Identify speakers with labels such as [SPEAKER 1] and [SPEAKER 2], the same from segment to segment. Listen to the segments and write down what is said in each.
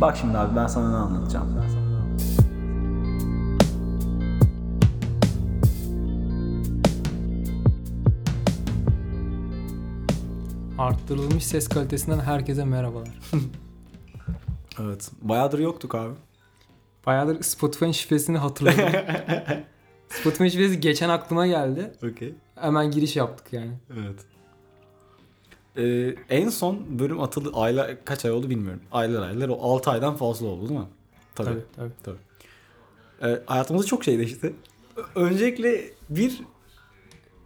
[SPEAKER 1] Bak şimdi abi ben sana ne anlatacağım.
[SPEAKER 2] Arttırılmış ses kalitesinden herkese merhabalar.
[SPEAKER 1] Evet. Bayağıdır yoktuk abi.
[SPEAKER 2] Bayağıdır Spotify'ın şifresini hatırladım. Spotify'ın şifresi geçen aklıma geldi.
[SPEAKER 1] Okey.
[SPEAKER 2] Hemen giriş yaptık yani.
[SPEAKER 1] Evet. Ee, en son bölüm atılı aylar kaç ay oldu bilmiyorum. Aylar aylar o 6 aydan fazla oldu değil mi? Tabii.
[SPEAKER 2] Tabii tabii.
[SPEAKER 1] Ee, hayatımızda çok şey değişti. Ö- Öncelikle bir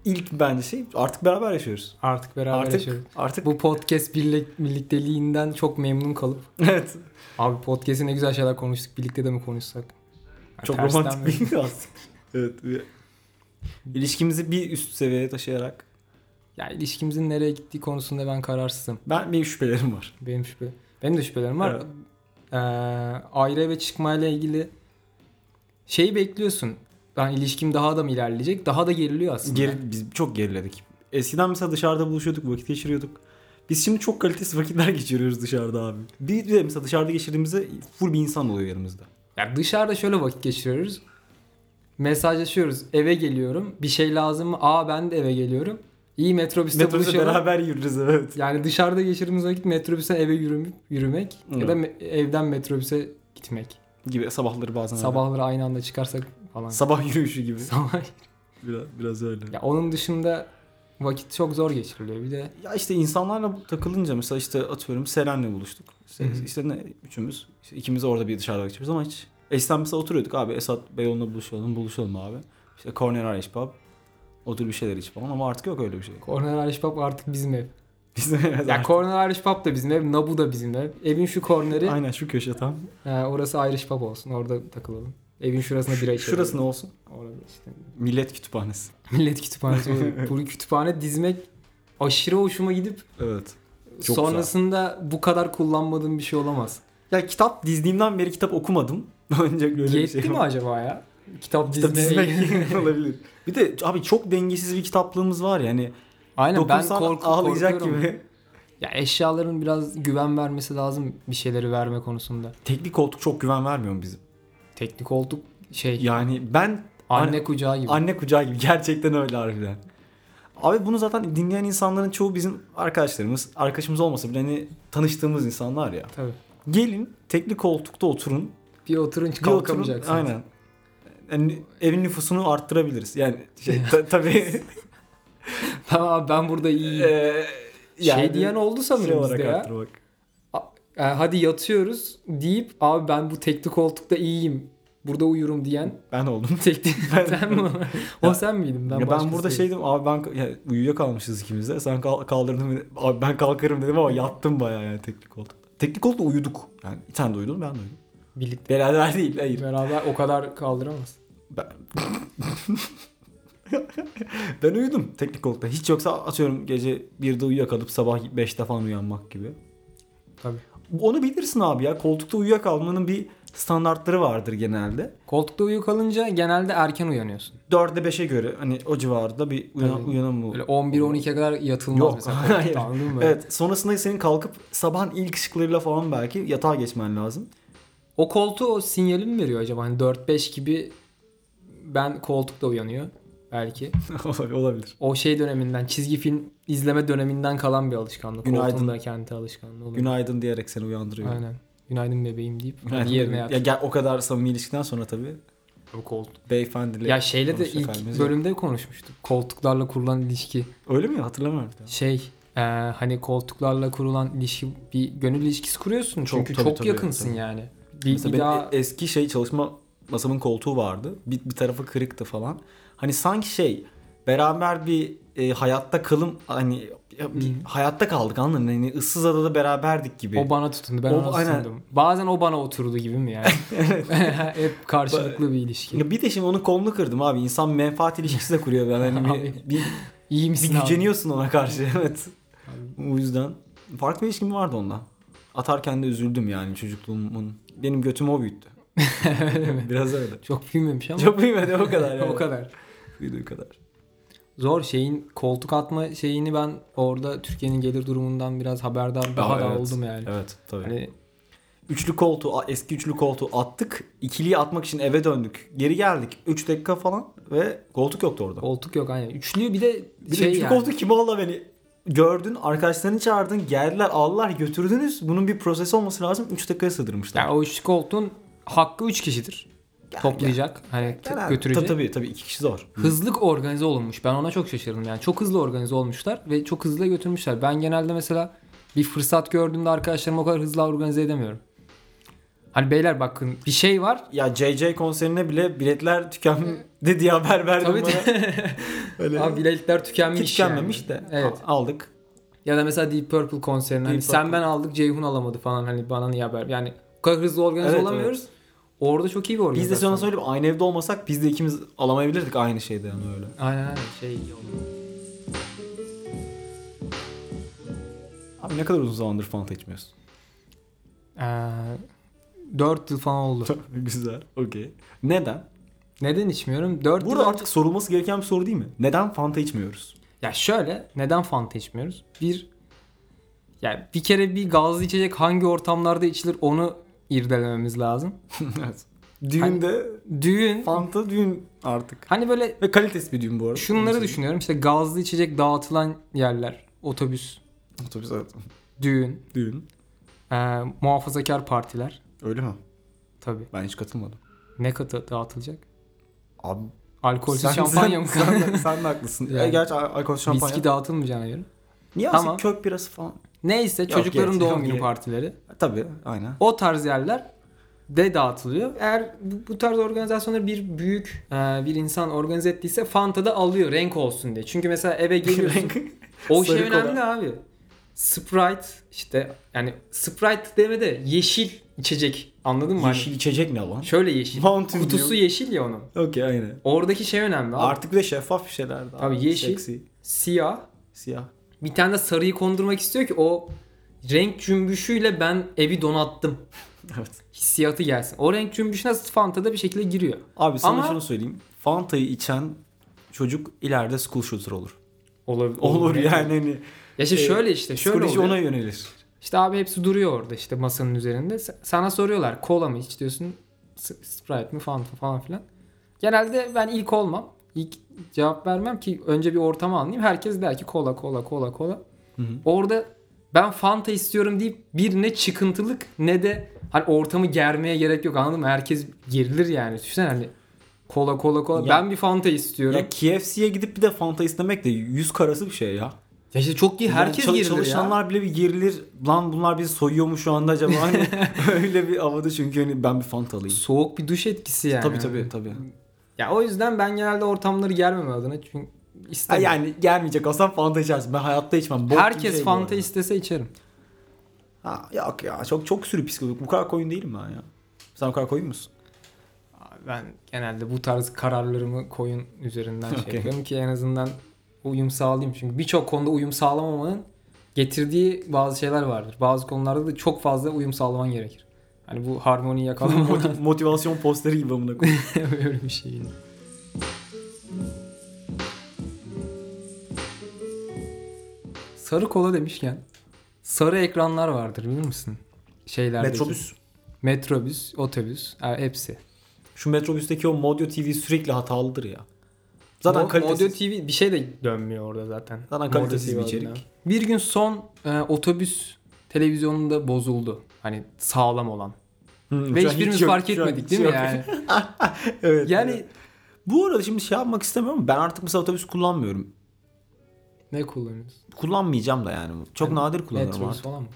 [SPEAKER 1] ilk bence şey artık beraber yaşıyoruz.
[SPEAKER 2] Artık beraber
[SPEAKER 1] artık
[SPEAKER 2] yaşıyoruz.
[SPEAKER 1] artık
[SPEAKER 2] Bu podcast birlik, birlikteliğinden çok memnun kalıp
[SPEAKER 1] evet.
[SPEAKER 2] abi podcast'te ne güzel şeyler konuştuk birlikte de mi konuşsak? Yani
[SPEAKER 1] Çok
[SPEAKER 2] tersten
[SPEAKER 1] romantik
[SPEAKER 2] böyle.
[SPEAKER 1] bir aslında. evet. bir- İlişkimizi bir üst seviyeye taşıyarak
[SPEAKER 2] Ya ilişkimizin nereye gittiği konusunda ben kararsızım.
[SPEAKER 1] ben benim şüphelerim var.
[SPEAKER 2] Benim şüphe. Benim de şüphelerim var.
[SPEAKER 1] Evet.
[SPEAKER 2] Ee, ayrı eve çıkmayla ilgili şeyi bekliyorsun. Ben ilişkim daha da mı ilerleyecek? Daha da geriliyor aslında.
[SPEAKER 1] Geri, biz çok geriledik. Eskiden mesela dışarıda buluşuyorduk, vakit geçiriyorduk. Biz şimdi çok kalitesiz vakitler geçiriyoruz dışarıda abi. Bir bir de mesela dışarıda geçirdiğimizde full bir insan oluyor yanımızda.
[SPEAKER 2] Ya dışarıda şöyle vakit geçiriyoruz. Mesajlaşıyoruz. Eve geliyorum. Bir şey lazım mı? Aa ben de eve geliyorum. İyi metrobüste
[SPEAKER 1] Metrobüse
[SPEAKER 2] buluşalım.
[SPEAKER 1] beraber yürürüz evet.
[SPEAKER 2] Yani dışarıda geçirdiğimiz vakit metrobüse eve yürüm, yürümek ya
[SPEAKER 1] Evet.
[SPEAKER 2] da me- evden metrobüse gitmek.
[SPEAKER 1] Gibi sabahları bazen öyle.
[SPEAKER 2] Sabahları aynı anda çıkarsak falan.
[SPEAKER 1] Sabah yürüyüşü gibi.
[SPEAKER 2] Sabah.
[SPEAKER 1] Biraz, biraz öyle.
[SPEAKER 2] ya onun dışında vakit çok zor geçiriliyor. Bir de
[SPEAKER 1] Ya işte insanlarla takılınca mesela işte atıyorum Seren'le buluştuk. İşte,
[SPEAKER 2] Hı hı.
[SPEAKER 1] işte ne üçümüz, işte ikimiz orada bir dışarıda geçiyoruz ama hiç. Eskiden mesela oturuyorduk abi Esat Beyoğlu'nda buluşalım, buluşalım abi. İşte Corner Irish Pub, otur bir şeyler iç falan ama artık yok öyle bir şey.
[SPEAKER 2] Corner Irish Pub artık bizim ev.
[SPEAKER 1] Biz de-
[SPEAKER 2] Ya Corner Irish Pub da bizim ev, Nabu da bizim ev. Evin şu corner'i,
[SPEAKER 1] Aynen şu köşe tam.
[SPEAKER 2] e, orası Irish Pub olsun. Orada takılalım. Evin şurasına bira içelim.
[SPEAKER 1] Şurası ne olsun?
[SPEAKER 2] Orada işte.
[SPEAKER 1] Millet kütüphanesi.
[SPEAKER 2] Millet kütüphanesi. olur. Bu kütüphane dizmek aşırı hoşuma gidip
[SPEAKER 1] Evet. Çok
[SPEAKER 2] sonrasında bu kadar kullanmadığım bir şey olamaz.
[SPEAKER 1] Ya kitap dizdiğimden beri kitap okumadım. Öncelikle öyle
[SPEAKER 2] Yetti
[SPEAKER 1] bir şey.
[SPEAKER 2] mi
[SPEAKER 1] var.
[SPEAKER 2] acaba ya? Kitap,
[SPEAKER 1] Kitap
[SPEAKER 2] dizmeye-
[SPEAKER 1] dizmek olabilir. Bir de abi çok dengesiz bir kitaplığımız var yani.
[SPEAKER 2] Aynen ben
[SPEAKER 1] Dokunsan
[SPEAKER 2] korku,
[SPEAKER 1] ağlayacak
[SPEAKER 2] korkuyorum.
[SPEAKER 1] gibi.
[SPEAKER 2] Ya eşyaların biraz güven vermesi lazım bir şeyleri verme konusunda.
[SPEAKER 1] Teknik koltuk çok güven vermiyor mu bizim?
[SPEAKER 2] Teknik olduk şey
[SPEAKER 1] Yani ben
[SPEAKER 2] anne,
[SPEAKER 1] anne-
[SPEAKER 2] kucağı gibi.
[SPEAKER 1] Anne kucağı gibi. Gerçekten öyle harbiden. Abi bunu zaten dinleyen insanların çoğu bizim arkadaşlarımız. Arkadaşımız olmasa bile hani tanıştığımız insanlar ya.
[SPEAKER 2] Tabii.
[SPEAKER 1] Gelin teknik koltukta oturun.
[SPEAKER 2] Bir oturun
[SPEAKER 1] Bir oturun,
[SPEAKER 2] kalkamayacaksın.
[SPEAKER 1] Aynen. Yani evin nüfusunu arttırabiliriz. Yani şey ta- tabii
[SPEAKER 2] Tamam abi ben burada iyiyim.
[SPEAKER 1] eee,
[SPEAKER 2] şey diyen oldu
[SPEAKER 1] şey
[SPEAKER 2] sanırım
[SPEAKER 1] olarak
[SPEAKER 2] bizde ya.
[SPEAKER 1] arttırmak.
[SPEAKER 2] E, hadi yatıyoruz deyip abi ben bu tekli koltukta iyiyim. Burada uyurum diyen
[SPEAKER 1] Ben oldum.
[SPEAKER 2] tekli
[SPEAKER 1] Ben-
[SPEAKER 2] sen mi? o sen miydin? Ben,
[SPEAKER 1] Ben, ya ben
[SPEAKER 2] başkası
[SPEAKER 1] burada
[SPEAKER 2] değilim.
[SPEAKER 1] şeydim abi ben ya, uyuyakalmışız ikimiz de. Sen kal- kaldırdın beni. Abi ben kalkarım dedim ama yattım bayağı yani teknik koltukta. Teknik koltukta uyuduk. Yani sen de uyudun ben de uyudum.
[SPEAKER 2] birlikte
[SPEAKER 1] Beraber değil hayır.
[SPEAKER 2] beraber o kadar kaldıramaz.
[SPEAKER 1] Ben, ben uyudum teknik koltukta. Hiç yoksa atıyorum gece 1'de uyuyakalıp sabah 5'te falan uyanmak gibi.
[SPEAKER 2] Tabii.
[SPEAKER 1] Onu bilirsin abi ya. Koltukta uyuyakalmanın bir standartları vardır genelde.
[SPEAKER 2] Koltukta uyuyakalınca genelde erken uyanıyorsun.
[SPEAKER 1] 4'e 5'e göre hani o civarda bir uyan,
[SPEAKER 2] Tabii.
[SPEAKER 1] uyanan mı?
[SPEAKER 2] Böyle 11-12'ye kadar yatılmaz
[SPEAKER 1] Yok.
[SPEAKER 2] mesela.
[SPEAKER 1] Hayır.
[SPEAKER 2] Koltukta, anladın mı?
[SPEAKER 1] Evet. Sonrasında senin kalkıp sabahın ilk ışıklarıyla falan belki yatağa geçmen lazım.
[SPEAKER 2] O koltuğu o sinyali mi veriyor acaba? Hani 4-5 gibi ben koltukta uyanıyor belki.
[SPEAKER 1] Olabilir.
[SPEAKER 2] O şey döneminden, çizgi film izleme döneminden kalan bir alışkanlık.
[SPEAKER 1] Günaydın.
[SPEAKER 2] Koltuğunda kendi alışkanlığı oluyor.
[SPEAKER 1] Günaydın diyerek seni uyandırıyor.
[SPEAKER 2] Aynen. Günaydın bebeğim deyip
[SPEAKER 1] Günaydın
[SPEAKER 2] yerine
[SPEAKER 1] bebeğim.
[SPEAKER 2] yat.
[SPEAKER 1] ya gel o kadar samimi ilişkiden sonra tabii
[SPEAKER 2] O koltuk.
[SPEAKER 1] beyefendiyle
[SPEAKER 2] Ya şeyle de
[SPEAKER 1] konuşacak
[SPEAKER 2] ilk
[SPEAKER 1] halimiz
[SPEAKER 2] bölümde konuşmuştuk. Koltuklarla kurulan ilişki.
[SPEAKER 1] yok. Öyle mi? Hatırlamıyorum. bir daha.
[SPEAKER 2] Şey e, hani koltuklarla kurulan ilişki bir gönül ilişkisi kuruyorsun.
[SPEAKER 1] Çok,
[SPEAKER 2] Çünkü
[SPEAKER 1] tabii,
[SPEAKER 2] çok
[SPEAKER 1] tabii,
[SPEAKER 2] yakınsın
[SPEAKER 1] tabii.
[SPEAKER 2] yani. Bir,
[SPEAKER 1] Mesela
[SPEAKER 2] bir
[SPEAKER 1] benim
[SPEAKER 2] daha
[SPEAKER 1] e- eski şey çalışma masamın koltuğu vardı. Bir, bir tarafı kırıktı falan. Hani sanki şey beraber bir e, hayatta kalım hani ya bir hayatta kaldık anladın mı? Hani ıssız adada beraberdik gibi.
[SPEAKER 2] Hmm. o bana tutundu ben
[SPEAKER 1] O-
[SPEAKER 2] ona
[SPEAKER 1] aynen.
[SPEAKER 2] tutundum. Bazen o bana oturdu gibi mi yani? Hep karşılıklı bir ilişki.
[SPEAKER 1] Ya bir de şimdi onun kolunu kırdım abi. İnsan menfaat ilişkisi de kuruyor ben. Hani bir,
[SPEAKER 2] Abi.
[SPEAKER 1] bir,
[SPEAKER 2] İyi
[SPEAKER 1] bir
[SPEAKER 2] misin abi?
[SPEAKER 1] güceniyorsun ona karşı evet. O yüzden farklı bir ilişkim vardı onunla. Atarken de üzüldüm yani çocukluğumun. Benim götümü o büyüttü. Biraz öyle.
[SPEAKER 2] Çok büyümemiş ama
[SPEAKER 1] Çok büyümedi o kadar.
[SPEAKER 2] o kadar.
[SPEAKER 1] Büyüdüğü kadar.
[SPEAKER 2] Zor şeyin koltuk atma şeyini ben orada Türkiye'nin gelir durumundan biraz haberdar daha
[SPEAKER 1] Aa,
[SPEAKER 2] da
[SPEAKER 1] evet.
[SPEAKER 2] oldum yani.
[SPEAKER 1] Evet tabii.
[SPEAKER 2] Hani
[SPEAKER 1] Üçlü koltuğu, a- eski üçlü koltuğu attık. İkiliyi atmak için eve döndük. Geri geldik. 3 dakika falan ve koltuk yoktu orada.
[SPEAKER 2] Koltuk yok aynen. Üçlü bir de
[SPEAKER 1] Bir
[SPEAKER 2] şey
[SPEAKER 1] de üçlü
[SPEAKER 2] yani.
[SPEAKER 1] koltuk kim Allah beni? Gördün, arkadaşlarını çağırdın, geldiler, aldılar, götürdünüz. Bunun bir prosesi olması lazım. 3 dakikaya sığdırmışlar.
[SPEAKER 2] Yani o üçlü koltuğun hakkı üç kişidir. Toplayacak. Hani t-
[SPEAKER 1] Yani abi,
[SPEAKER 2] götürecek.
[SPEAKER 1] Tabii tabii tabii iki kişi zor.
[SPEAKER 2] Hızlı organize olunmuş. Ben ona çok şaşırdım yani. Çok hızlı organize olmuşlar ve çok hızlı götürmüşler. Ben genelde mesela bir fırsat gördüğümde arkadaşlarımı o kadar hızlı organize edemiyorum. Hani beyler bakın bir şey var.
[SPEAKER 1] Ya JJ konserine bile biletler tükendi diye haber verdim
[SPEAKER 2] Tabii
[SPEAKER 1] bana. Öyle.
[SPEAKER 2] Abi biletler tükenmiş.
[SPEAKER 1] Ki tükenmemiş
[SPEAKER 2] yani.
[SPEAKER 1] de
[SPEAKER 2] Evet.
[SPEAKER 1] a- aldık.
[SPEAKER 2] Ya da mesela Deep Purple konserine hani
[SPEAKER 1] Deep
[SPEAKER 2] sen
[SPEAKER 1] Purple.
[SPEAKER 2] ben aldık Ceyhun alamadı falan hani bana niye haber? Yani o kadar hızlı organize
[SPEAKER 1] Evet,
[SPEAKER 2] olamıyoruz. Orada çok iyi bir
[SPEAKER 1] Biz
[SPEAKER 2] organizasyon.
[SPEAKER 1] de sana söyleyeyim aynı evde olmasak biz de ikimiz alamayabilirdik aynı şeyde yani öyle.
[SPEAKER 2] Aynen aynen şey iyi oldu.
[SPEAKER 1] Abi ne kadar uzun zamandır Fanta içmiyorsun.
[SPEAKER 2] Ee, 4 yıl falan oldu.
[SPEAKER 1] Güzel. Okey. Neden?
[SPEAKER 2] Neden içmiyorum? 4
[SPEAKER 1] Burada artık sorulması gereken bir soru değil mi? Neden Fanta içmiyoruz?
[SPEAKER 2] Ya şöyle neden Fanta içmiyoruz? Bir yani bir kere bir gazlı içecek hangi ortamlarda içilir onu irdelememiz lazım.
[SPEAKER 1] evet. Hani- Düğünde
[SPEAKER 2] Düğün
[SPEAKER 1] Fanta düğün artık.
[SPEAKER 2] hani böyle
[SPEAKER 1] Ve kalitesi bir düğün bu arada.
[SPEAKER 2] şunları düşünüyorum işte gazlı içecek dağıtılan yerler otobüs,
[SPEAKER 1] Otobüs evet.
[SPEAKER 2] düğün,
[SPEAKER 1] Düğün.
[SPEAKER 2] e, muhafazakar partiler
[SPEAKER 1] Öyle mi?
[SPEAKER 2] tabi.
[SPEAKER 1] Ben hiç katılmadım.
[SPEAKER 2] Ne katı dağıtılacak?
[SPEAKER 1] Abi
[SPEAKER 2] Alkolsüz
[SPEAKER 1] sen-
[SPEAKER 2] şampanya
[SPEAKER 1] sen-
[SPEAKER 2] mı?
[SPEAKER 1] Sen, de- sen de haklısın.
[SPEAKER 2] Yani.
[SPEAKER 1] E, gerçi al- alkol şampanya.
[SPEAKER 2] Viski dağıtılmayacağına göre.
[SPEAKER 1] Niye
[SPEAKER 2] Tamam.
[SPEAKER 1] aslında kök birası falan?
[SPEAKER 2] Neyse
[SPEAKER 1] Yok,
[SPEAKER 2] çocukların
[SPEAKER 1] gerek-
[SPEAKER 2] doğum
[SPEAKER 1] yok,
[SPEAKER 2] günü
[SPEAKER 1] gerek.
[SPEAKER 2] partileri.
[SPEAKER 1] Tabii aynen.
[SPEAKER 2] O tarz yerler de dağıtılıyor. Eğer bu, bu tarz organizasyonları bir büyük e, bir insan organize ettiyse Fanta da alıyor renk olsun diye. Çünkü mesela eve geliyorsun. o şey
[SPEAKER 1] Sarı kola.
[SPEAKER 2] önemli abi. Sprite işte yani Sprite deme de yeşil içecek anladın mı? Hani
[SPEAKER 1] Yeşil içecek ne lan?
[SPEAKER 2] şöyle yeşil.
[SPEAKER 1] Mountain Dew.
[SPEAKER 2] Kutusu yeşil ya onun.
[SPEAKER 1] Okey aynen.
[SPEAKER 2] Oradaki şey önemli abi.
[SPEAKER 1] Artık bir de şeffaf bir şeyler daha.
[SPEAKER 2] Tabii, yeşil.
[SPEAKER 1] Seksi,
[SPEAKER 2] Siyah.
[SPEAKER 1] siyah.
[SPEAKER 2] Bir tane de sarıyı kondurmak istiyor ki o renk cümbüşüyle ben evi donattım.
[SPEAKER 1] Evet.
[SPEAKER 2] Hissiyatı gelsin. O renk cümbüşüne Fanta'da bir şekilde giriyor.
[SPEAKER 1] Abi sana
[SPEAKER 2] Ama-
[SPEAKER 1] şunu söyleyeyim. Fanta'yı içen çocuk ileride school shooter olur.
[SPEAKER 2] Olabilir.
[SPEAKER 1] Olur yani hani
[SPEAKER 2] Ya işte
[SPEAKER 1] Ee,
[SPEAKER 2] şöyle işte şöyle
[SPEAKER 1] psikoloji
[SPEAKER 2] oluyor.
[SPEAKER 1] ona yönelir.
[SPEAKER 2] İşte abi hepsi duruyor orada işte masanın üzerinde. S- Sana soruyorlar kola mı iç diyorsun S- Sprite mi Fanta falan filan. Genelde ben ilk olmam. İlk cevap vermem ki önce bir ortamı anlayayım. Herkes der ki kola kola kola kola.
[SPEAKER 1] Hı hı.
[SPEAKER 2] Orada ben Fanta istiyorum deyip bir ne çıkıntılık ne de hani ortamı germeye gerek yok anladın mı? Herkes gerilir yani. Düşünsene hani kola kola kola.
[SPEAKER 1] Ya-
[SPEAKER 2] ben bir Fanta istiyorum. Ya,
[SPEAKER 1] Ya KFC'ye gidip bir de Fanta istemek de yüz karası bir şey ya.
[SPEAKER 2] işte çok iyi herkes
[SPEAKER 1] Yani çal-
[SPEAKER 2] gerilir ya.
[SPEAKER 1] Çalışanlar bile bir gerilir. Lan bunlar bizi soyuyor mu şu anda acaba? Hani öyle bir havada çünkü hani ben bir Fanta alayım.
[SPEAKER 2] Soğuk bir duş etkisi yani.
[SPEAKER 1] Tabii tabii tabii.
[SPEAKER 2] Ya o yüzden ben genelde ortamları germeme adına çünkü
[SPEAKER 1] Ha,
[SPEAKER 2] istemiyorum.
[SPEAKER 1] yani gelmeyecek olsam Fanta içersin. Ben hayatta içmem. Bok gibi
[SPEAKER 2] Herkes
[SPEAKER 1] şey bu
[SPEAKER 2] Fanta
[SPEAKER 1] arada.
[SPEAKER 2] istese içerim.
[SPEAKER 1] Ha, yok ya çok çok sürü psikolojik. Bu kadar koyun değilim ben ya. Sen bu kadar koyun musun?
[SPEAKER 2] Ben genelde bu tarz kararlarımı koyun üzerinden şey
[SPEAKER 1] Okey.
[SPEAKER 2] yapıyorum ki en azından uyum sağlayayım. Çünkü birçok konuda uyum sağlamamanın getirdiği bazı şeyler vardır. Bazı konularda da çok fazla uyum sağlaman gerekir. Hani bu harmoniyi yakalama
[SPEAKER 1] Moti- motivasyon posteri gibi amına koyayım.
[SPEAKER 2] öyle bir şey. Sarı kola demişken sarı ekranlar vardır bilir misin? Şeylerdeki.
[SPEAKER 1] Metrobüs.
[SPEAKER 2] Metrobüs, otobüs, e, hepsi.
[SPEAKER 1] Şu metrobüsteki o Modio TV sürekli hatalıdır ya. Zaten
[SPEAKER 2] Mo-
[SPEAKER 1] kalitesiz.
[SPEAKER 2] Audio TV bir şey de dönmüyor orada zaten.
[SPEAKER 1] Zaten
[SPEAKER 2] Audio
[SPEAKER 1] kalitesiz
[SPEAKER 2] TV
[SPEAKER 1] bir içerik.
[SPEAKER 2] adına. Bir gün son e, otobüs televizyonunda bozuldu. Hani sağlam olan.
[SPEAKER 1] Hı,
[SPEAKER 2] Ve
[SPEAKER 1] şu an
[SPEAKER 2] hiçbirimiz
[SPEAKER 1] Hmm, hiç yok,
[SPEAKER 2] fark
[SPEAKER 1] şu an
[SPEAKER 2] etmedik
[SPEAKER 1] hiç
[SPEAKER 2] değil mi
[SPEAKER 1] yok.
[SPEAKER 2] yani?
[SPEAKER 1] evet.
[SPEAKER 2] Yani
[SPEAKER 1] Bu arada şimdi şey yapmak istemiyorum. Ben artık mesela otobüs kullanmıyorum.
[SPEAKER 2] ne kullanıyoruz?
[SPEAKER 1] Kullanmayacağım da yani. Çok
[SPEAKER 2] Yani
[SPEAKER 1] nadir kullanıyorum
[SPEAKER 2] Metrobüs
[SPEAKER 1] artık.
[SPEAKER 2] falan mı?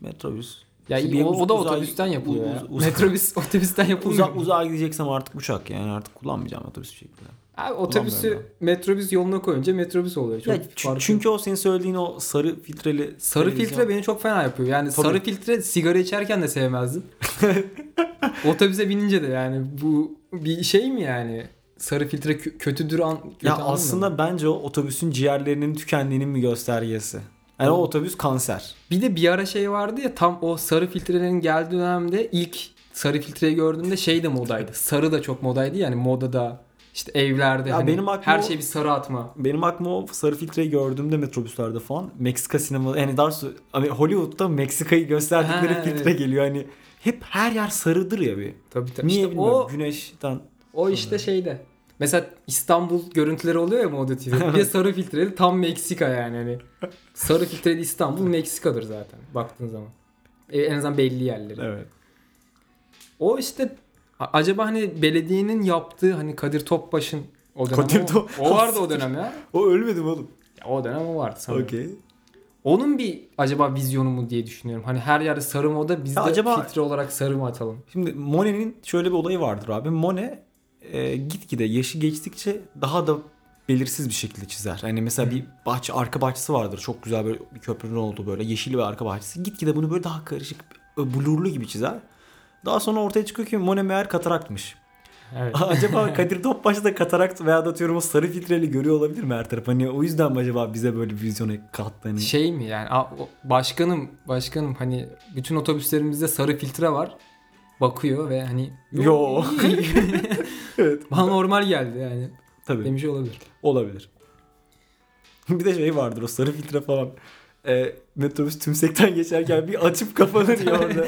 [SPEAKER 1] Metrobüs.
[SPEAKER 2] Ya
[SPEAKER 1] İşte
[SPEAKER 2] iyi,
[SPEAKER 1] bir
[SPEAKER 2] o,
[SPEAKER 1] uz-
[SPEAKER 2] o da
[SPEAKER 1] uzay-
[SPEAKER 2] otobüsten yapılıyor. ya.
[SPEAKER 1] uz- uz-
[SPEAKER 2] Metrobüs otobüsten yapılıyor.
[SPEAKER 1] Uzak, uzağa gideceksem artık uçak yani artık kullanmayacağım otobüs bir şekilde.
[SPEAKER 2] Abi otobüsü
[SPEAKER 1] Kullanmıyorum
[SPEAKER 2] metrobüs yoluna koyunca metrobüs oluyor. Çok
[SPEAKER 1] Ya çü-
[SPEAKER 2] farklı.
[SPEAKER 1] çünkü o senin söylediğin o sarı filtreli
[SPEAKER 2] sarı
[SPEAKER 1] televizyon-
[SPEAKER 2] filtre beni çok fena yapıyor. Yani
[SPEAKER 1] Tabii.
[SPEAKER 2] sarı filtre sigara içerken de sevmezdim. Otobüse binince de yani bu bir şey mi yani? Sarı filtre kö- kötüdür an kötü
[SPEAKER 1] Ya
[SPEAKER 2] anlamı mı?
[SPEAKER 1] aslında bence o otobüsün ciğerlerinin tükendiğinin mi göstergesi? Yani o
[SPEAKER 2] Hı.
[SPEAKER 1] otobüs kanser.
[SPEAKER 2] bir de bir ara şey vardı ya tam o sarı filtrelerin geldiği dönemde ilk sarı filtreyi gördüğümde şey de modaydı. Sarı da çok modaydı yani modada işte evlerde
[SPEAKER 1] Ya
[SPEAKER 2] hani
[SPEAKER 1] benim aklıma
[SPEAKER 2] her
[SPEAKER 1] o-
[SPEAKER 2] şey bir sarı atma.
[SPEAKER 1] Benim aklıma o sarı filtreyi gördüğümde metrobüslerde falan Meksika sinema yani daha doğrusu hani Hollywood'da Meksika'yı gösterdikleri
[SPEAKER 2] Ha,
[SPEAKER 1] filtre
[SPEAKER 2] evet.
[SPEAKER 1] geliyor. Hani hep her yer sarıdır ya bir.
[SPEAKER 2] Tabii tabii.
[SPEAKER 1] Niye
[SPEAKER 2] İşte
[SPEAKER 1] bilmiyorum.
[SPEAKER 2] o,
[SPEAKER 1] Güneşten.
[SPEAKER 2] o işte şeyde. Mesela İstanbul görüntüleri oluyor ya Moda TV'de. Bir de sarı filtreli tam Meksika yani. Hani sarı filtreli İstanbul Meksika'dır zaten baktığın zaman. E, en azından belli yerleri.
[SPEAKER 1] Evet.
[SPEAKER 2] O işte a- acaba hani belediyenin yaptığı hani Kadir Topbaş'ın o dönem
[SPEAKER 1] Kadir
[SPEAKER 2] o,
[SPEAKER 1] Top-
[SPEAKER 2] o vardı o dönem ya.
[SPEAKER 1] O ölmedim oğlum.
[SPEAKER 2] Ya O dönem o vardı sanırım.
[SPEAKER 1] Okey.
[SPEAKER 2] Onun bir acaba vizyonu mu diye düşünüyorum. Hani her yerde sarı moda biz
[SPEAKER 1] Ya
[SPEAKER 2] de
[SPEAKER 1] acaba-
[SPEAKER 2] filtre olarak sarı mı atalım?
[SPEAKER 1] Şimdi Monet'in şöyle bir olayı vardır abi. Monet e, gitgide yaşı geçtikçe daha da belirsiz bir şekilde çizer. Hani mesela bir bahçe arka bahçesi vardır. Çok güzel böyle bir köprünün olduğu böyle yeşil bir arka bahçesi. Gitgide bunu böyle daha karışık e, blurlu gibi çizer. Daha sonra ortaya çıkıyor ki Monet meğer kataraktmış.
[SPEAKER 2] Evet.
[SPEAKER 1] acaba Kadir Topbaş da katarakt veya da atıyorum o sarı filtreli görüyor olabilir mi her taraf? Hani o yüzden mi acaba bize böyle bir vizyona kattı? Hani...
[SPEAKER 2] şey mi yani a- o- başkanım başkanım hani bütün otobüslerimizde sarı filtre var. Bakıyor ve hani
[SPEAKER 1] Yo. evet.
[SPEAKER 2] Bana normal geldi yani.
[SPEAKER 1] Tabii.
[SPEAKER 2] Demiş olabilir.
[SPEAKER 1] Olabilir. bir de şey vardır o sarı filtre falan. E, metrobüs tümsekten geçerken bir açıp kapanır ya orada.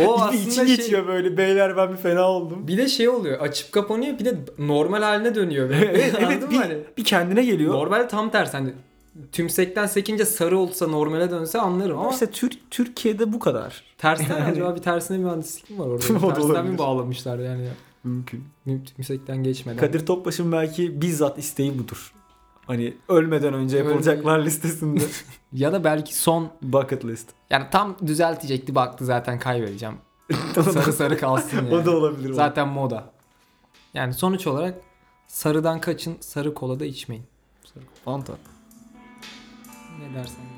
[SPEAKER 2] O
[SPEAKER 1] O
[SPEAKER 2] aslında
[SPEAKER 1] içi
[SPEAKER 2] şey-
[SPEAKER 1] geçiyor böyle. Beyler ben bir fena oldum.
[SPEAKER 2] Bir de şey oluyor. Açıp kapanıyor bir de normal haline dönüyor. Böyle.
[SPEAKER 1] evet,
[SPEAKER 2] Anladın
[SPEAKER 1] evet
[SPEAKER 2] mı
[SPEAKER 1] bir,
[SPEAKER 2] hani?
[SPEAKER 1] bir kendine geliyor.
[SPEAKER 2] Normal tam tersi. Hani tümsekten sekince sarı olsa normale dönse anlarım
[SPEAKER 1] Ama
[SPEAKER 2] ama
[SPEAKER 1] işte Tür- Türkiye'de bu kadar.
[SPEAKER 2] tersten acaba bir tersine bir mühendislik mi var orada?
[SPEAKER 1] O da
[SPEAKER 2] tersten
[SPEAKER 1] olabilir.
[SPEAKER 2] mi bağlamışlar yani?
[SPEAKER 1] Mümkün.
[SPEAKER 2] Tümsekten geçmeden.
[SPEAKER 1] Kadir Topbaş'ın belki bizzat isteği budur. Hani ölmeden önce yapılacaklar listesinde.
[SPEAKER 2] Ya da belki son
[SPEAKER 1] Bucket list.
[SPEAKER 2] yani tam düzeltecekti baktı zaten kaybedeceğim. sarı sarı kalsın yani.
[SPEAKER 1] o da olabilir. Zaten...
[SPEAKER 2] Zaten moda. Yani sonuç olarak sarıdan kaçın, sarı kola da içmeyin.
[SPEAKER 1] Fanta.
[SPEAKER 2] Ne dersen. de.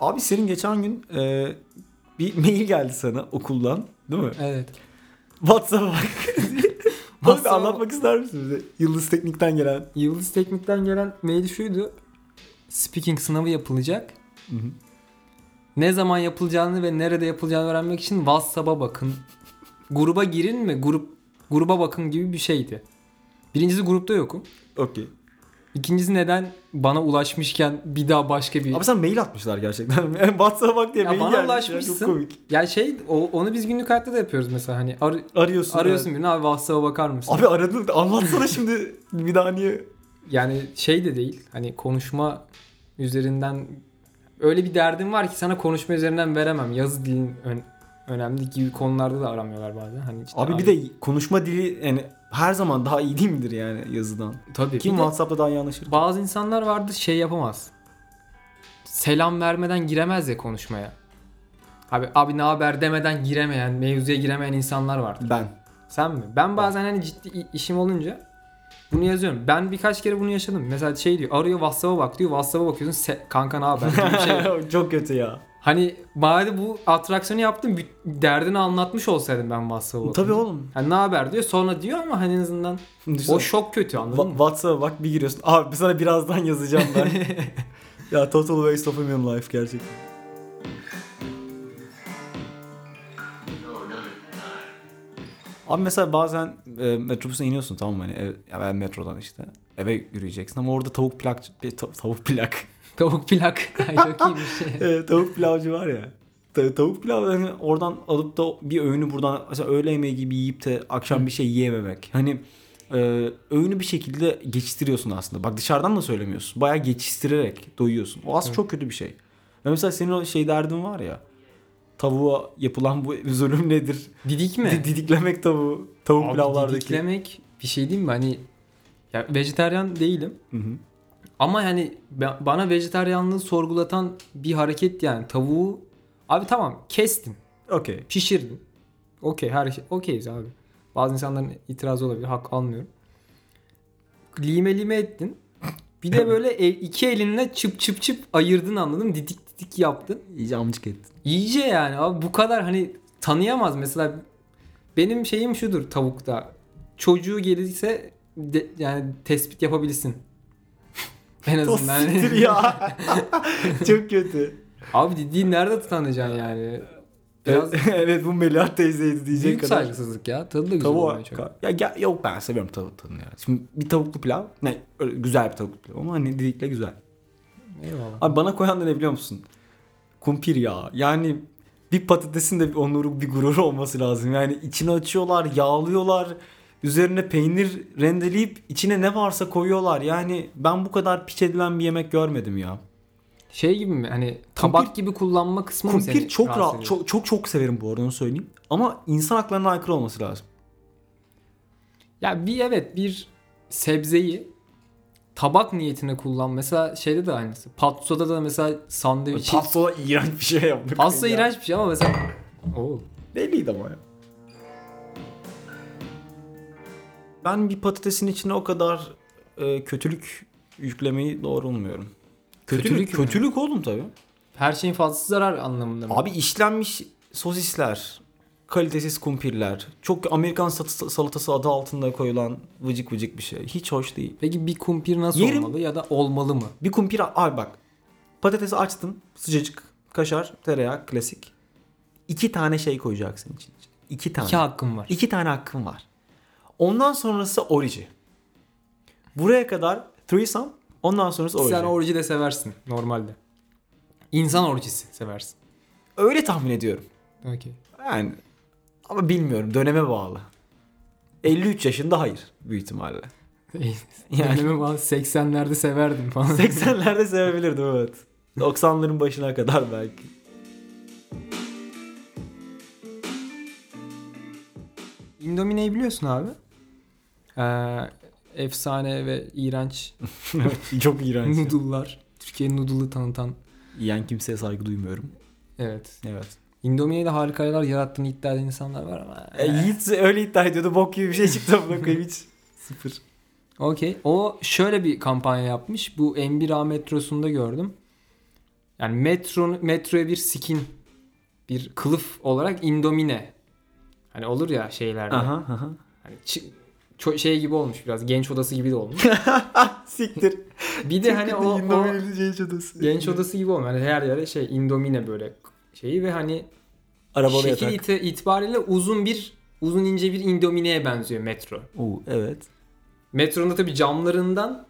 [SPEAKER 1] Abi senin geçen gün e, bir mail geldi sana okuldan değil mi?
[SPEAKER 2] Evet.
[SPEAKER 1] WhatsApp'a bak. Bunu bir
[SPEAKER 2] WhatsApp'a-
[SPEAKER 1] anlatmak ister misin bize? Yıldız Teknik'ten gelen.
[SPEAKER 2] Yıldız Teknik'ten gelen mail şuydu. Speaking sınavı yapılacak.
[SPEAKER 1] Hı hı.
[SPEAKER 2] Ne zaman yapılacağını ve nerede yapılacağını öğrenmek için WhatsApp'a bakın. Gruba girin mi? Grup gruba bakın gibi bir şeydi. Birincisi grupta yokum.
[SPEAKER 1] Okey.
[SPEAKER 2] İkincisi neden bana ulaşmışken bir daha başka bir
[SPEAKER 1] Abi sen mail atmışlar gerçekten. Yani WhatsApp'a bak diye
[SPEAKER 2] Ya
[SPEAKER 1] mail
[SPEAKER 2] bana
[SPEAKER 1] gelmiş. ya,
[SPEAKER 2] ulaşmışsın.
[SPEAKER 1] Çok komik.
[SPEAKER 2] Ya şey o- onu biz günlük hayatta da yapıyoruz mesela hani ar-
[SPEAKER 1] Arıyorsun. şey.
[SPEAKER 2] arıyorsun birini abi WhatsApp'a bakar mısın?
[SPEAKER 1] Abi aradın. Anlatsana şimdi bir daha niye.
[SPEAKER 2] Yani şey de değil hani konuşma üzerinden öyle bir derdim var ki sana konuşma üzerinden veremem. Yazı dilin ön- önemli gibi konularda da aramıyorlar bazen. Hani işte
[SPEAKER 1] Abi bir de konuşma dili yani her zaman daha iyi değil midir yani yazıdan?
[SPEAKER 2] tabii
[SPEAKER 1] Kim
[SPEAKER 2] bir de
[SPEAKER 1] WhatsApp'ta daha iyi anlaşır?
[SPEAKER 2] bazı insanlar vardı şey yapamaz. Selam vermeden giremez ya konuşmaya. Abi abi ne haber demeden giremeyen, mevzuya giremeyen insanlar vardı.
[SPEAKER 1] Ben.
[SPEAKER 2] Sen mi? Ben bazen hani ciddi i- işim olunca bunu yazıyorum. Ben birkaç kere bunu yaşadım. Mesela şey diyor arıyor WhatsApp'a bak diyor. WhatsApp'a bakıyorsun se- kanka ne haber gibi bir şey.
[SPEAKER 1] Çok kötü ya.
[SPEAKER 2] Hani bari bu atraksiyonu yaptım. bir Derdini anlatmış olsaydım ben WhatsApp'a bakınca.
[SPEAKER 1] Tabii oğlum.
[SPEAKER 2] Hani ne haber diyor. Sonra diyor ama hani en azından
[SPEAKER 1] Düşünsene.
[SPEAKER 2] o şok kötü anladın
[SPEAKER 1] Va-
[SPEAKER 2] mı?
[SPEAKER 1] WhatsApp'a bak bir giriyorsun. Abi sana birazdan yazacağım ben. ya total waste of human life gerçekten. Abi mesela bazen e, metrobüse iniyorsun tamam mı? Hani ev, ya ben metrodan işte eve yürüyeceksin ama orada tavuk plak bir ta- tavuk plak
[SPEAKER 2] Tavuk plak. Ay, Çok iyi bir şey.
[SPEAKER 1] Evet, Ee, tavuk pilavcı var ya. Ta- Tavuk pilav hani oradan alıp da bir öğünü buradan mesela öğle yemeği gibi yiyip de akşam bir şey yiyememek. Hani e, öğünü bir şekilde geçiştiriyorsun aslında. Bak dışarıdan da söylemiyorsun. Bayağı geçiştirerek doyuyorsun. O aslında çok kötü bir şey. Ya mesela senin o şey derdin var ya. Tavuğa yapılan bu zulüm nedir?
[SPEAKER 2] Didik mi?
[SPEAKER 1] Di- Didiklemek tavuğu. Tavuk
[SPEAKER 2] Abi
[SPEAKER 1] pilavlardaki.
[SPEAKER 2] didiklemek bir şey değil mi? Hani ya vejetaryen değilim.
[SPEAKER 1] Hı hı.
[SPEAKER 2] Ama yani ba- bana vejetaryenliği sorgulatan bir hareket yani tavuğu abi tamam kestin,
[SPEAKER 1] Okey.
[SPEAKER 2] pişirdin. Okey her şey okeyiz abi. Bazı insanların itirazı olabilir. Hak almıyorum. Lime lime ettin. Bir de böyle el- iki elinle çıp çıp çıp ayırdın anladın mı? Didik didik yaptın.
[SPEAKER 1] İyice amcık ettin.
[SPEAKER 2] İyice yani abi bu kadar hani tanıyamaz mesela benim şeyim şudur tavukta. Çocuğu gelirse de- yani tespit yapabilirsin. En azından. Hani
[SPEAKER 1] Siktir ya. çok kötü.
[SPEAKER 2] Abi dediğin nerede tanıyacaksın yani? Biraz
[SPEAKER 1] evet bu Melihat teyzeydi diyecek
[SPEAKER 2] büyük
[SPEAKER 1] kadar.
[SPEAKER 2] saygısızlık ya. Tadı da güzel
[SPEAKER 1] Tavuğa.
[SPEAKER 2] olmuyor çok.
[SPEAKER 1] ka- Ya, ya- yok ben seviyorum tavuk tadını ya. Şimdi bir tavuklu pilav. Ne öyle güzel bir tavuklu pilav ama hani didikle güzel.
[SPEAKER 2] Eyvallah.
[SPEAKER 1] Abi bana koyan da ne biliyor musun? Kumpir ya. Yani bir patatesin de bir onuru bir gururu olması lazım. Yani içini açıyorlar, yağlıyorlar. Üzerine peynir rendeleyip içine ne varsa koyuyorlar. Yani ben bu kadar piç edilen bir yemek görmedim ya.
[SPEAKER 2] Şey gibi mi? Hani tabak gibi kullanma kısmı mı
[SPEAKER 1] Kumpir
[SPEAKER 2] seni
[SPEAKER 1] çok
[SPEAKER 2] rahatsız
[SPEAKER 1] rahat,
[SPEAKER 2] ediyor?
[SPEAKER 1] çok, çok çok severim bu arada onu söyleyeyim. Ama insan haklarına aykırı olması lazım.
[SPEAKER 2] Ya bir evet bir sebzeyi tabak niyetine kullan. Mesela şeyde de aynısı. Patsa'da da mesela sandviç.
[SPEAKER 1] Patsola iğrenç bir şey yapmak.
[SPEAKER 2] Patsa
[SPEAKER 1] Ya.
[SPEAKER 2] iğrenç bir şey ama mesela Oo.
[SPEAKER 1] Belliydi ama ya. Ben bir patatesin içine o kadar e, kötülük yüklemeyi doğru bulmuyorum. Kötülük,
[SPEAKER 2] Kötülük
[SPEAKER 1] kötülük,
[SPEAKER 2] mü?
[SPEAKER 1] oğlum tabii.
[SPEAKER 2] her şeyin fazlası zarar anlamında mı?
[SPEAKER 1] Abi işlenmiş sosisler, kalitesiz kumpirler, çok Amerikan sat- salatası adı altında koyulan vıcık vıcık bir şey. Hiç hoş değil.
[SPEAKER 2] Peki bir kumpir nasıl
[SPEAKER 1] Yerim.
[SPEAKER 2] olmalı ya da olmalı mı?
[SPEAKER 1] Bir kumpir abi bak. Patatesi açtın, sıcacık, kaşar, tereyağı, klasik. İki tane şey koyacaksın için. İki tane.
[SPEAKER 2] İki hakkım var.
[SPEAKER 1] İki tane hakkım var. Ondan sonrası orici. Buraya kadar threesome, ondan sonrası orici.
[SPEAKER 2] Sen orucu de seversin normalde. İnsan orucisi seversin.
[SPEAKER 1] Öyle tahmin ediyorum.
[SPEAKER 2] Okey.
[SPEAKER 1] Yani ama bilmiyorum döneme bağlı. 53 yaşında hayır büyük ihtimalle. Yani-
[SPEAKER 2] Yani ben 80'lerde severdim falan.
[SPEAKER 1] 80'lerde sevebilirdim evet. 90'ların başına kadar belki.
[SPEAKER 2] Indomine'yi biliyorsun abi. Ee, efsane ve iğrenç
[SPEAKER 1] Çok iğrenç. ya.
[SPEAKER 2] noodle'lar. Türkiye'nin noodle'ı tanıtan.
[SPEAKER 1] Yiyen kimseye saygı duymuyorum.
[SPEAKER 2] Evet.
[SPEAKER 1] Evet.
[SPEAKER 2] Indomie'yle harikalar yarattığını iddia eden insanlar var ama.
[SPEAKER 1] E, Yiğit öyle iddia ediyordu. Bok gibi bir şey çıktı amına koyayım hiç. Sıfır.
[SPEAKER 2] Okey. O şöyle bir kampanya yapmış. Bu M1A metrosunda gördüm. Yani metro, metroya bir skin, bir kılıf olarak indomine. Hani olur ya şeylerde.
[SPEAKER 1] Aha aha.
[SPEAKER 2] Hani çı- ço- şey gibi olmuş biraz. Genç odası gibi de olmuş.
[SPEAKER 1] Ah, Siktir.
[SPEAKER 2] Bir de hani o, o
[SPEAKER 1] genç odası.
[SPEAKER 2] genç odası gibi olmuş. Hani her yere şey indomine böyle şeyi ve hani
[SPEAKER 1] Arabalı
[SPEAKER 2] şekil
[SPEAKER 1] yatak.
[SPEAKER 2] iti- itibariyle uzun bir uzun ince bir indomineye benziyor metro.
[SPEAKER 1] Oo, evet.
[SPEAKER 2] Metronun da tabii camlarından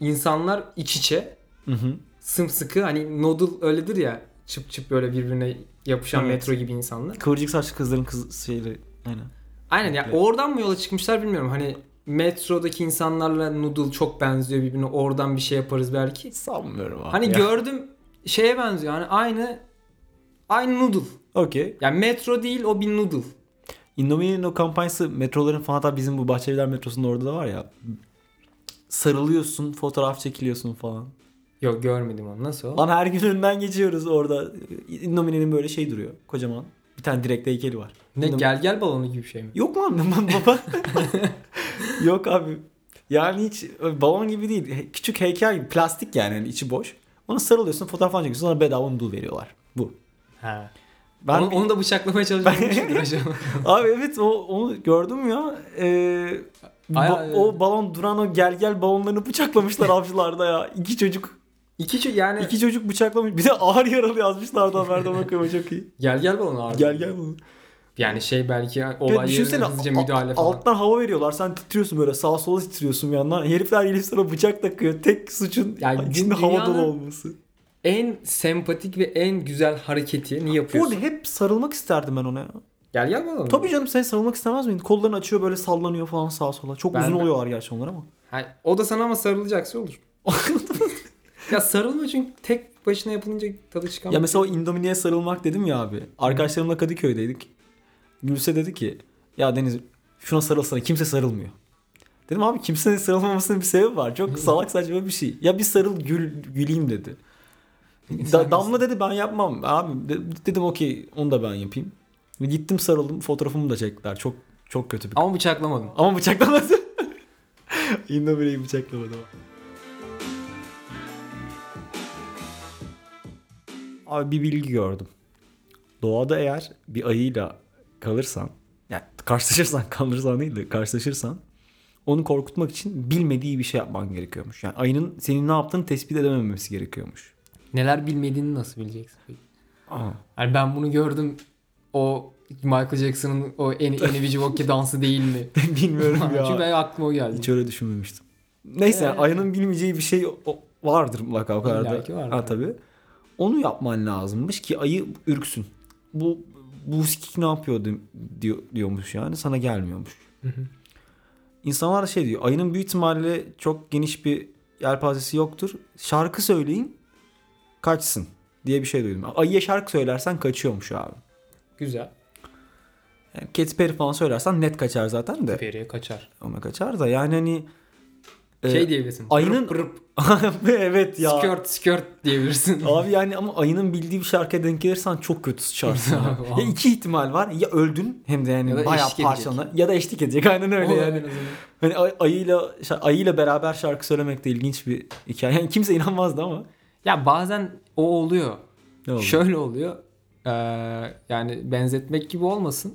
[SPEAKER 2] insanlar iç içe
[SPEAKER 1] Hı hı.
[SPEAKER 2] sımsıkı hani noodle öyledir ya çıp çıp böyle birbirine yapışan
[SPEAKER 1] Evet.
[SPEAKER 2] metro gibi insanlar.
[SPEAKER 1] Kıvırcık saçlı kızların kız şeyleri. Aynen.
[SPEAKER 2] Aynen ya oradan mı yola çıkmışlar bilmiyorum. Hani metrodaki insanlarla noodle çok benziyor birbirine. Oradan bir şey yaparız belki.
[SPEAKER 1] Sanmıyorum abi.
[SPEAKER 2] Hani gördüm şeye benziyor. Hani aynı aynı noodle.
[SPEAKER 1] Okey.
[SPEAKER 2] Yani metro değil o bir noodle.
[SPEAKER 1] Indomie'nin o kampanyası metroların falan hatta bizim bu Bahçeliler metrosunda orada da var ya. Sarılıyorsun, fotoğraf çekiliyorsun falan.
[SPEAKER 2] Yok görmedim onu. Nasıl o?
[SPEAKER 1] Lan her gün önünden geçiyoruz orada. Indomie'nin böyle şey duruyor. Kocaman. Bir tane direkte heykeli var.
[SPEAKER 2] Ne
[SPEAKER 1] Indomie-
[SPEAKER 2] gel gel balonu gibi bir şey mi?
[SPEAKER 1] Yok lan aman baba. Yok abi. Yani hiç balon gibi değil. He- Küçük heykel gibi. Plastik yani. yani içi boş. Ona sarılıyorsun fotoğraf falan çekiyorsun. Sonra bedava noodle veriyorlar. Bu.
[SPEAKER 2] He.
[SPEAKER 1] Ben
[SPEAKER 2] onu, onu da bıçaklamaya çalışmışımdır acaba.
[SPEAKER 1] Abi evet o onu gördüm ya. Ee,
[SPEAKER 2] Ay,
[SPEAKER 1] ba-
[SPEAKER 2] ay, ay.
[SPEAKER 1] o balon duran o gel gel balonlarını bıçaklamışlar avcılarda ya. İki çocuk
[SPEAKER 2] İki ço- yani
[SPEAKER 1] iki çocuk bıçaklamış. Bir de ağır yaralı yazmışlardı haberde bakıyorum çok iyi.
[SPEAKER 2] gel gel balonu abi.
[SPEAKER 1] Gel gel balon.
[SPEAKER 2] Yani şey belki
[SPEAKER 1] Ya
[SPEAKER 2] olay
[SPEAKER 1] düşünsene
[SPEAKER 2] yerine hızlıca müdahale
[SPEAKER 1] a-
[SPEAKER 2] falan.
[SPEAKER 1] alttan hava veriyorlar. Sen titriyorsun böyle sağa sola titriyorsun bir yandan. Herifler gelip sana bıçak takıyor. Tek suçun
[SPEAKER 2] Yani
[SPEAKER 1] içinde hava dolu
[SPEAKER 2] dünyanın-
[SPEAKER 1] olması.
[SPEAKER 2] En sempatik ve en güzel hareketi niye
[SPEAKER 1] Bu arada
[SPEAKER 2] yapıyorsun?
[SPEAKER 1] hep sarılmak isterdim ben ona ya.
[SPEAKER 2] Gel gel bakalım.
[SPEAKER 1] Tabii canım sen sarılmak istemez miydin? Kollarını açıyor böyle sallanıyor falan sağa sola. Çok
[SPEAKER 2] Ben-
[SPEAKER 1] uzun oluyorlar gerçi onlar ama.
[SPEAKER 2] Ha, o da sana ama sarılacaksa olur. ya sarılma çünkü tek başına yapılınca tadı çıkamaz.
[SPEAKER 1] Ya mesela o Indomini'ye sarılmak dedim ya abi. Arkadaşlarımla Kadıköy'deydik. Gülse dedi ki ya Deniz şuna sarılsana kimse sarılmıyor. Dedim abi kimsenin sarılmamasının bir sebebi var. Çok salak saçma bir şey. Ya bir sarıl gül, güleyim dedi. Da, Damla dedi ben yapmam. Abi de- dedim okey onu da ben yapayım. Ve Gittim sarıldım fotoğrafımı da çektiler. Çok çok kötü bir.
[SPEAKER 2] Ama bıçaklamadım.
[SPEAKER 1] Ama bıçaklamadı. Indomini'yi bıçaklamadı. Abi bir bilgi gördüm. Doğada eğer bir ayıyla kalırsan, yani karşılaşırsan, kalırsan değil de karşılaşırsan onu korkutmak için bilmediği bir şey yapman gerekiyormuş. Yani ayının senin ne yaptığını tespit edememesi gerekiyormuş.
[SPEAKER 2] Neler bilmediğini nasıl bileceksin?
[SPEAKER 1] Aa.
[SPEAKER 2] Yani ben bunu gördüm o Michael Jackson'ın o Any, Any Vigivoki dansı değil mi?
[SPEAKER 1] Bilmiyorum ya.
[SPEAKER 2] Çünkü ben aklıma o geldi.
[SPEAKER 1] Hiç öyle düşünmemiştim. Neyse
[SPEAKER 2] Ee,
[SPEAKER 1] ayının bilmeyeceği bir şey o- vardır mutlaka o kadar
[SPEAKER 2] İllaki
[SPEAKER 1] da.
[SPEAKER 2] vardır.
[SPEAKER 1] Ha tabii. Onu yapman lazımmış ki ayı ürksün. Bu bu sikik ne yapıyor di- diyor, diyormuş yani sana gelmiyormuş. İnsanlar da şey diyor ayının büyük ihtimalle çok geniş bir yelpazesi yoktur. Şarkı söyleyin kaçsın diye bir şey duydum. Ayıya şarkı söylersen kaçıyormuş abi.
[SPEAKER 2] Güzel.
[SPEAKER 1] Yani Katy Perry falan söylersen net kaçar zaten de.
[SPEAKER 2] Periye kaçar.
[SPEAKER 1] Ona kaçar da yani hani e,
[SPEAKER 2] şey diyebilirsin.
[SPEAKER 1] ayının-
[SPEAKER 2] Pırıp pırıp.
[SPEAKER 1] evet ya.
[SPEAKER 2] Skirt skirt diyebilirsin.
[SPEAKER 1] Abi yani ama ayının bildiği bir şarkıya denk gelirsen çok kötü sıçarsın. abi.
[SPEAKER 2] Vallahi.
[SPEAKER 1] ya iki ihtimal var. Ya öldün hem de yani
[SPEAKER 2] Ya da
[SPEAKER 1] bayağı
[SPEAKER 2] eşlik edecek.
[SPEAKER 1] parçalana ya da eşlik edecek. Aynen öyle
[SPEAKER 2] Olur
[SPEAKER 1] yani.
[SPEAKER 2] en azından.
[SPEAKER 1] Hani ay- ayıyla şa- ayıyla beraber şarkı söylemek de ilginç bir hikaye. Yani kimse inanmazdı ama.
[SPEAKER 2] Ya bazen o oluyor.
[SPEAKER 1] Ne oldu?
[SPEAKER 2] Şöyle oluyor. Ee, yani benzetmek gibi olmasın.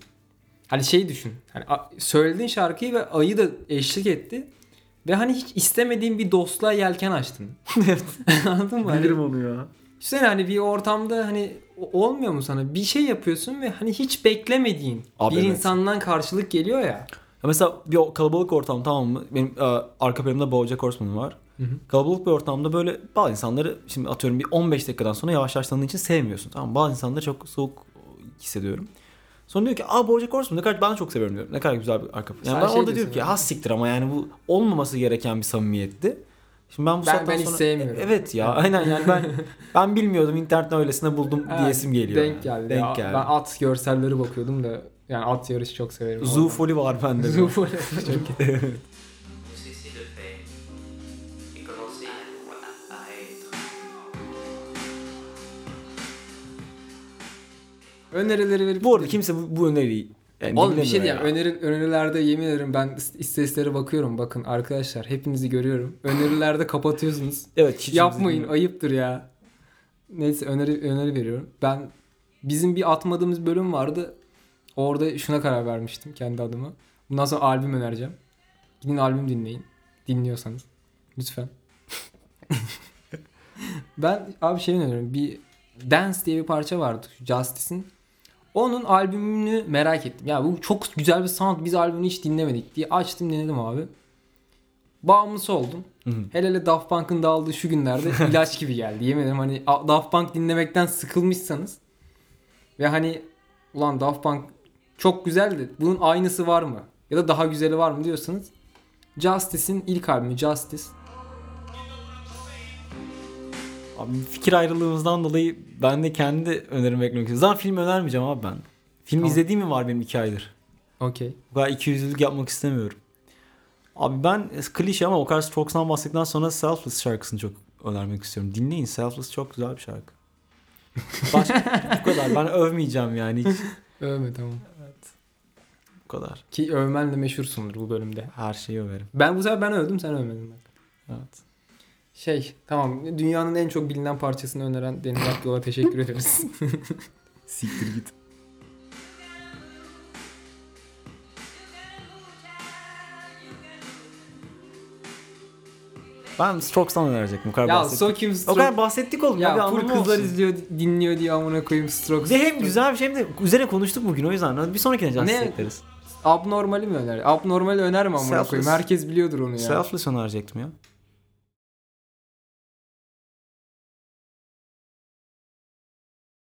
[SPEAKER 2] Hani şey düşün. Hani a- söylediğin şarkıyı ve ayı da eşlik etti. Ve hani hiç istemediğin bir dostluğa yelken açtın.
[SPEAKER 1] Evet.
[SPEAKER 2] Anladın mı? Hani,
[SPEAKER 1] onu ya.
[SPEAKER 2] düşünsene hani bir ortamda hani o- olmuyor mu sana? Bir şey yapıyorsun ve hani hiç beklemediğin
[SPEAKER 1] Abi
[SPEAKER 2] bir
[SPEAKER 1] evet.
[SPEAKER 2] insandan karşılık geliyor ya.
[SPEAKER 1] Ya Mesela bir o- kalabalık ortam tamam mı? Benim e, arka planımda Bojack Horseman var. Kalabalık bir ortamda böyle bazı insanları şimdi atıyorum bir 15 dakikadan sonra yavaşlaştığın için sevmiyorsun. Tamam mı? Bazı insanları çok soğuk hissediyorum. Sonra diyor ki aa Bojack Horseman ne kadar ben çok seviyorum diyorum. Ne kadar güzel bir arka plan. Yani
[SPEAKER 2] Sen
[SPEAKER 1] ben
[SPEAKER 2] şey
[SPEAKER 1] orada diyorum
[SPEAKER 2] diyorsun
[SPEAKER 1] ki
[SPEAKER 2] yani.
[SPEAKER 1] ha siktir ama yani bu olmaması gereken bir samimiyetti. Şimdi ben bu
[SPEAKER 2] Ben-
[SPEAKER 1] saatten
[SPEAKER 2] ben hiç
[SPEAKER 1] sonra...
[SPEAKER 2] sevmiyorum.
[SPEAKER 1] E- Evet ya aynen yani ben ben bilmiyordum internetten öylesine buldum
[SPEAKER 2] Ha,
[SPEAKER 1] diyesim geliyor. yani.
[SPEAKER 2] Denk geldi.
[SPEAKER 1] Denk
[SPEAKER 2] Ya
[SPEAKER 1] geldi.
[SPEAKER 2] Ben at görselleri bakıyordum da yani at yarışı çok severim.
[SPEAKER 1] Zoofoli var bende.
[SPEAKER 2] Zufoli. çok iyi.
[SPEAKER 3] Vous cessez de faire et commencez à, à être.
[SPEAKER 2] Önerileri verip
[SPEAKER 1] bu arada kimse bu, bu öneriyi yani
[SPEAKER 2] Oğlum bir şey
[SPEAKER 1] dinlemiyor
[SPEAKER 2] diyeyim.
[SPEAKER 1] ya.
[SPEAKER 2] Öneri, önerilerde yemin ederim ben ist- istatistiklere bakıyorum. Bakın arkadaşlar hepinizi görüyorum. Önerilerde kapatıyorsunuz.
[SPEAKER 1] Evet. hiç
[SPEAKER 2] Yapmayın
[SPEAKER 1] kimse
[SPEAKER 2] ayıptır ya. Neyse öneri öneri veriyorum. Ben bizim bir atmadığımız bölüm vardı. Orada şuna karar vermiştim kendi adıma. Bundan sonra albüm önereceğim. Gidin albüm dinleyin. Dinliyorsanız. Lütfen. ben abi şey öneriyorum. Bir Dance diye bir parça vardı. şu Justice'in. Onun albümünü merak ettim. Ya bu çok güzel bir sound. Biz albümünü hiç dinlemedik diye açtım dinledim abi. Bağımlısı oldum.
[SPEAKER 1] Hı hı.
[SPEAKER 2] Hele hele Daft Punk'ın dağıldığı şu günlerde ilaç gibi geldi. Yemin ederim hani A- Daft Punk dinlemekten sıkılmışsanız ve hani ulan Daft Punk çok güzeldi. Bunun aynısı var mı? Ya da daha güzeli var mı diyorsanız Justice'in ilk albümü Justice.
[SPEAKER 1] Abi fikir ayrılığımızdan dolayı ben de kendi önerim beklemek istiyorum. Zaten film önermeyeceğim abi ben. Film
[SPEAKER 2] Tamam.
[SPEAKER 1] izlediğim mi var benim iki aydır?
[SPEAKER 2] Okey.
[SPEAKER 1] Bu kadar ikiyüzlülük yapmak istemiyorum. Abi ben e, klişe ama o kadar Strokes'tan bahsettikten sonra Selfless şarkısını çok önermek istiyorum. Dinleyin Selfless çok güzel bir şarkı. Başka bu kadar. Ben övmeyeceğim yani hiç.
[SPEAKER 2] Övme tamam.
[SPEAKER 1] Bu kadar.
[SPEAKER 2] Ki övmenle meşhursundur bu bölümde.
[SPEAKER 1] Her şeyi överim.
[SPEAKER 2] Ben bu sefer ben övdüm sen övmedin bak.
[SPEAKER 1] Evet.
[SPEAKER 2] Şey tamam dünyanın en çok bilinen parçasını öneren Deniz Akdoğan'a teşekkür ederiz.
[SPEAKER 1] Siktir git. Ben Strokes'tan önerecektim. Bu kadar
[SPEAKER 2] ya
[SPEAKER 1] bahsettim.
[SPEAKER 2] Sokim
[SPEAKER 1] O
[SPEAKER 2] Stroke
[SPEAKER 1] kadar bahsettik oğlum. Ya,
[SPEAKER 2] Ya
[SPEAKER 1] bir
[SPEAKER 2] full
[SPEAKER 1] anlamı
[SPEAKER 2] kızlar
[SPEAKER 1] olsun.
[SPEAKER 2] izliyor, dinliyor diye amına koyayım Strokes.
[SPEAKER 1] Bir de hem güzel bir şey hem de üzerine konuştuk bugün o yüzden. Hadi Bir sonrakine
[SPEAKER 2] Ne?
[SPEAKER 1] Justice ekleriz.
[SPEAKER 2] Abnormali mi öner? Abnormali önerme amına
[SPEAKER 1] Selfless.
[SPEAKER 2] koyayım. Herkes biliyordur onu ya.
[SPEAKER 1] Selfless önerecektim ya.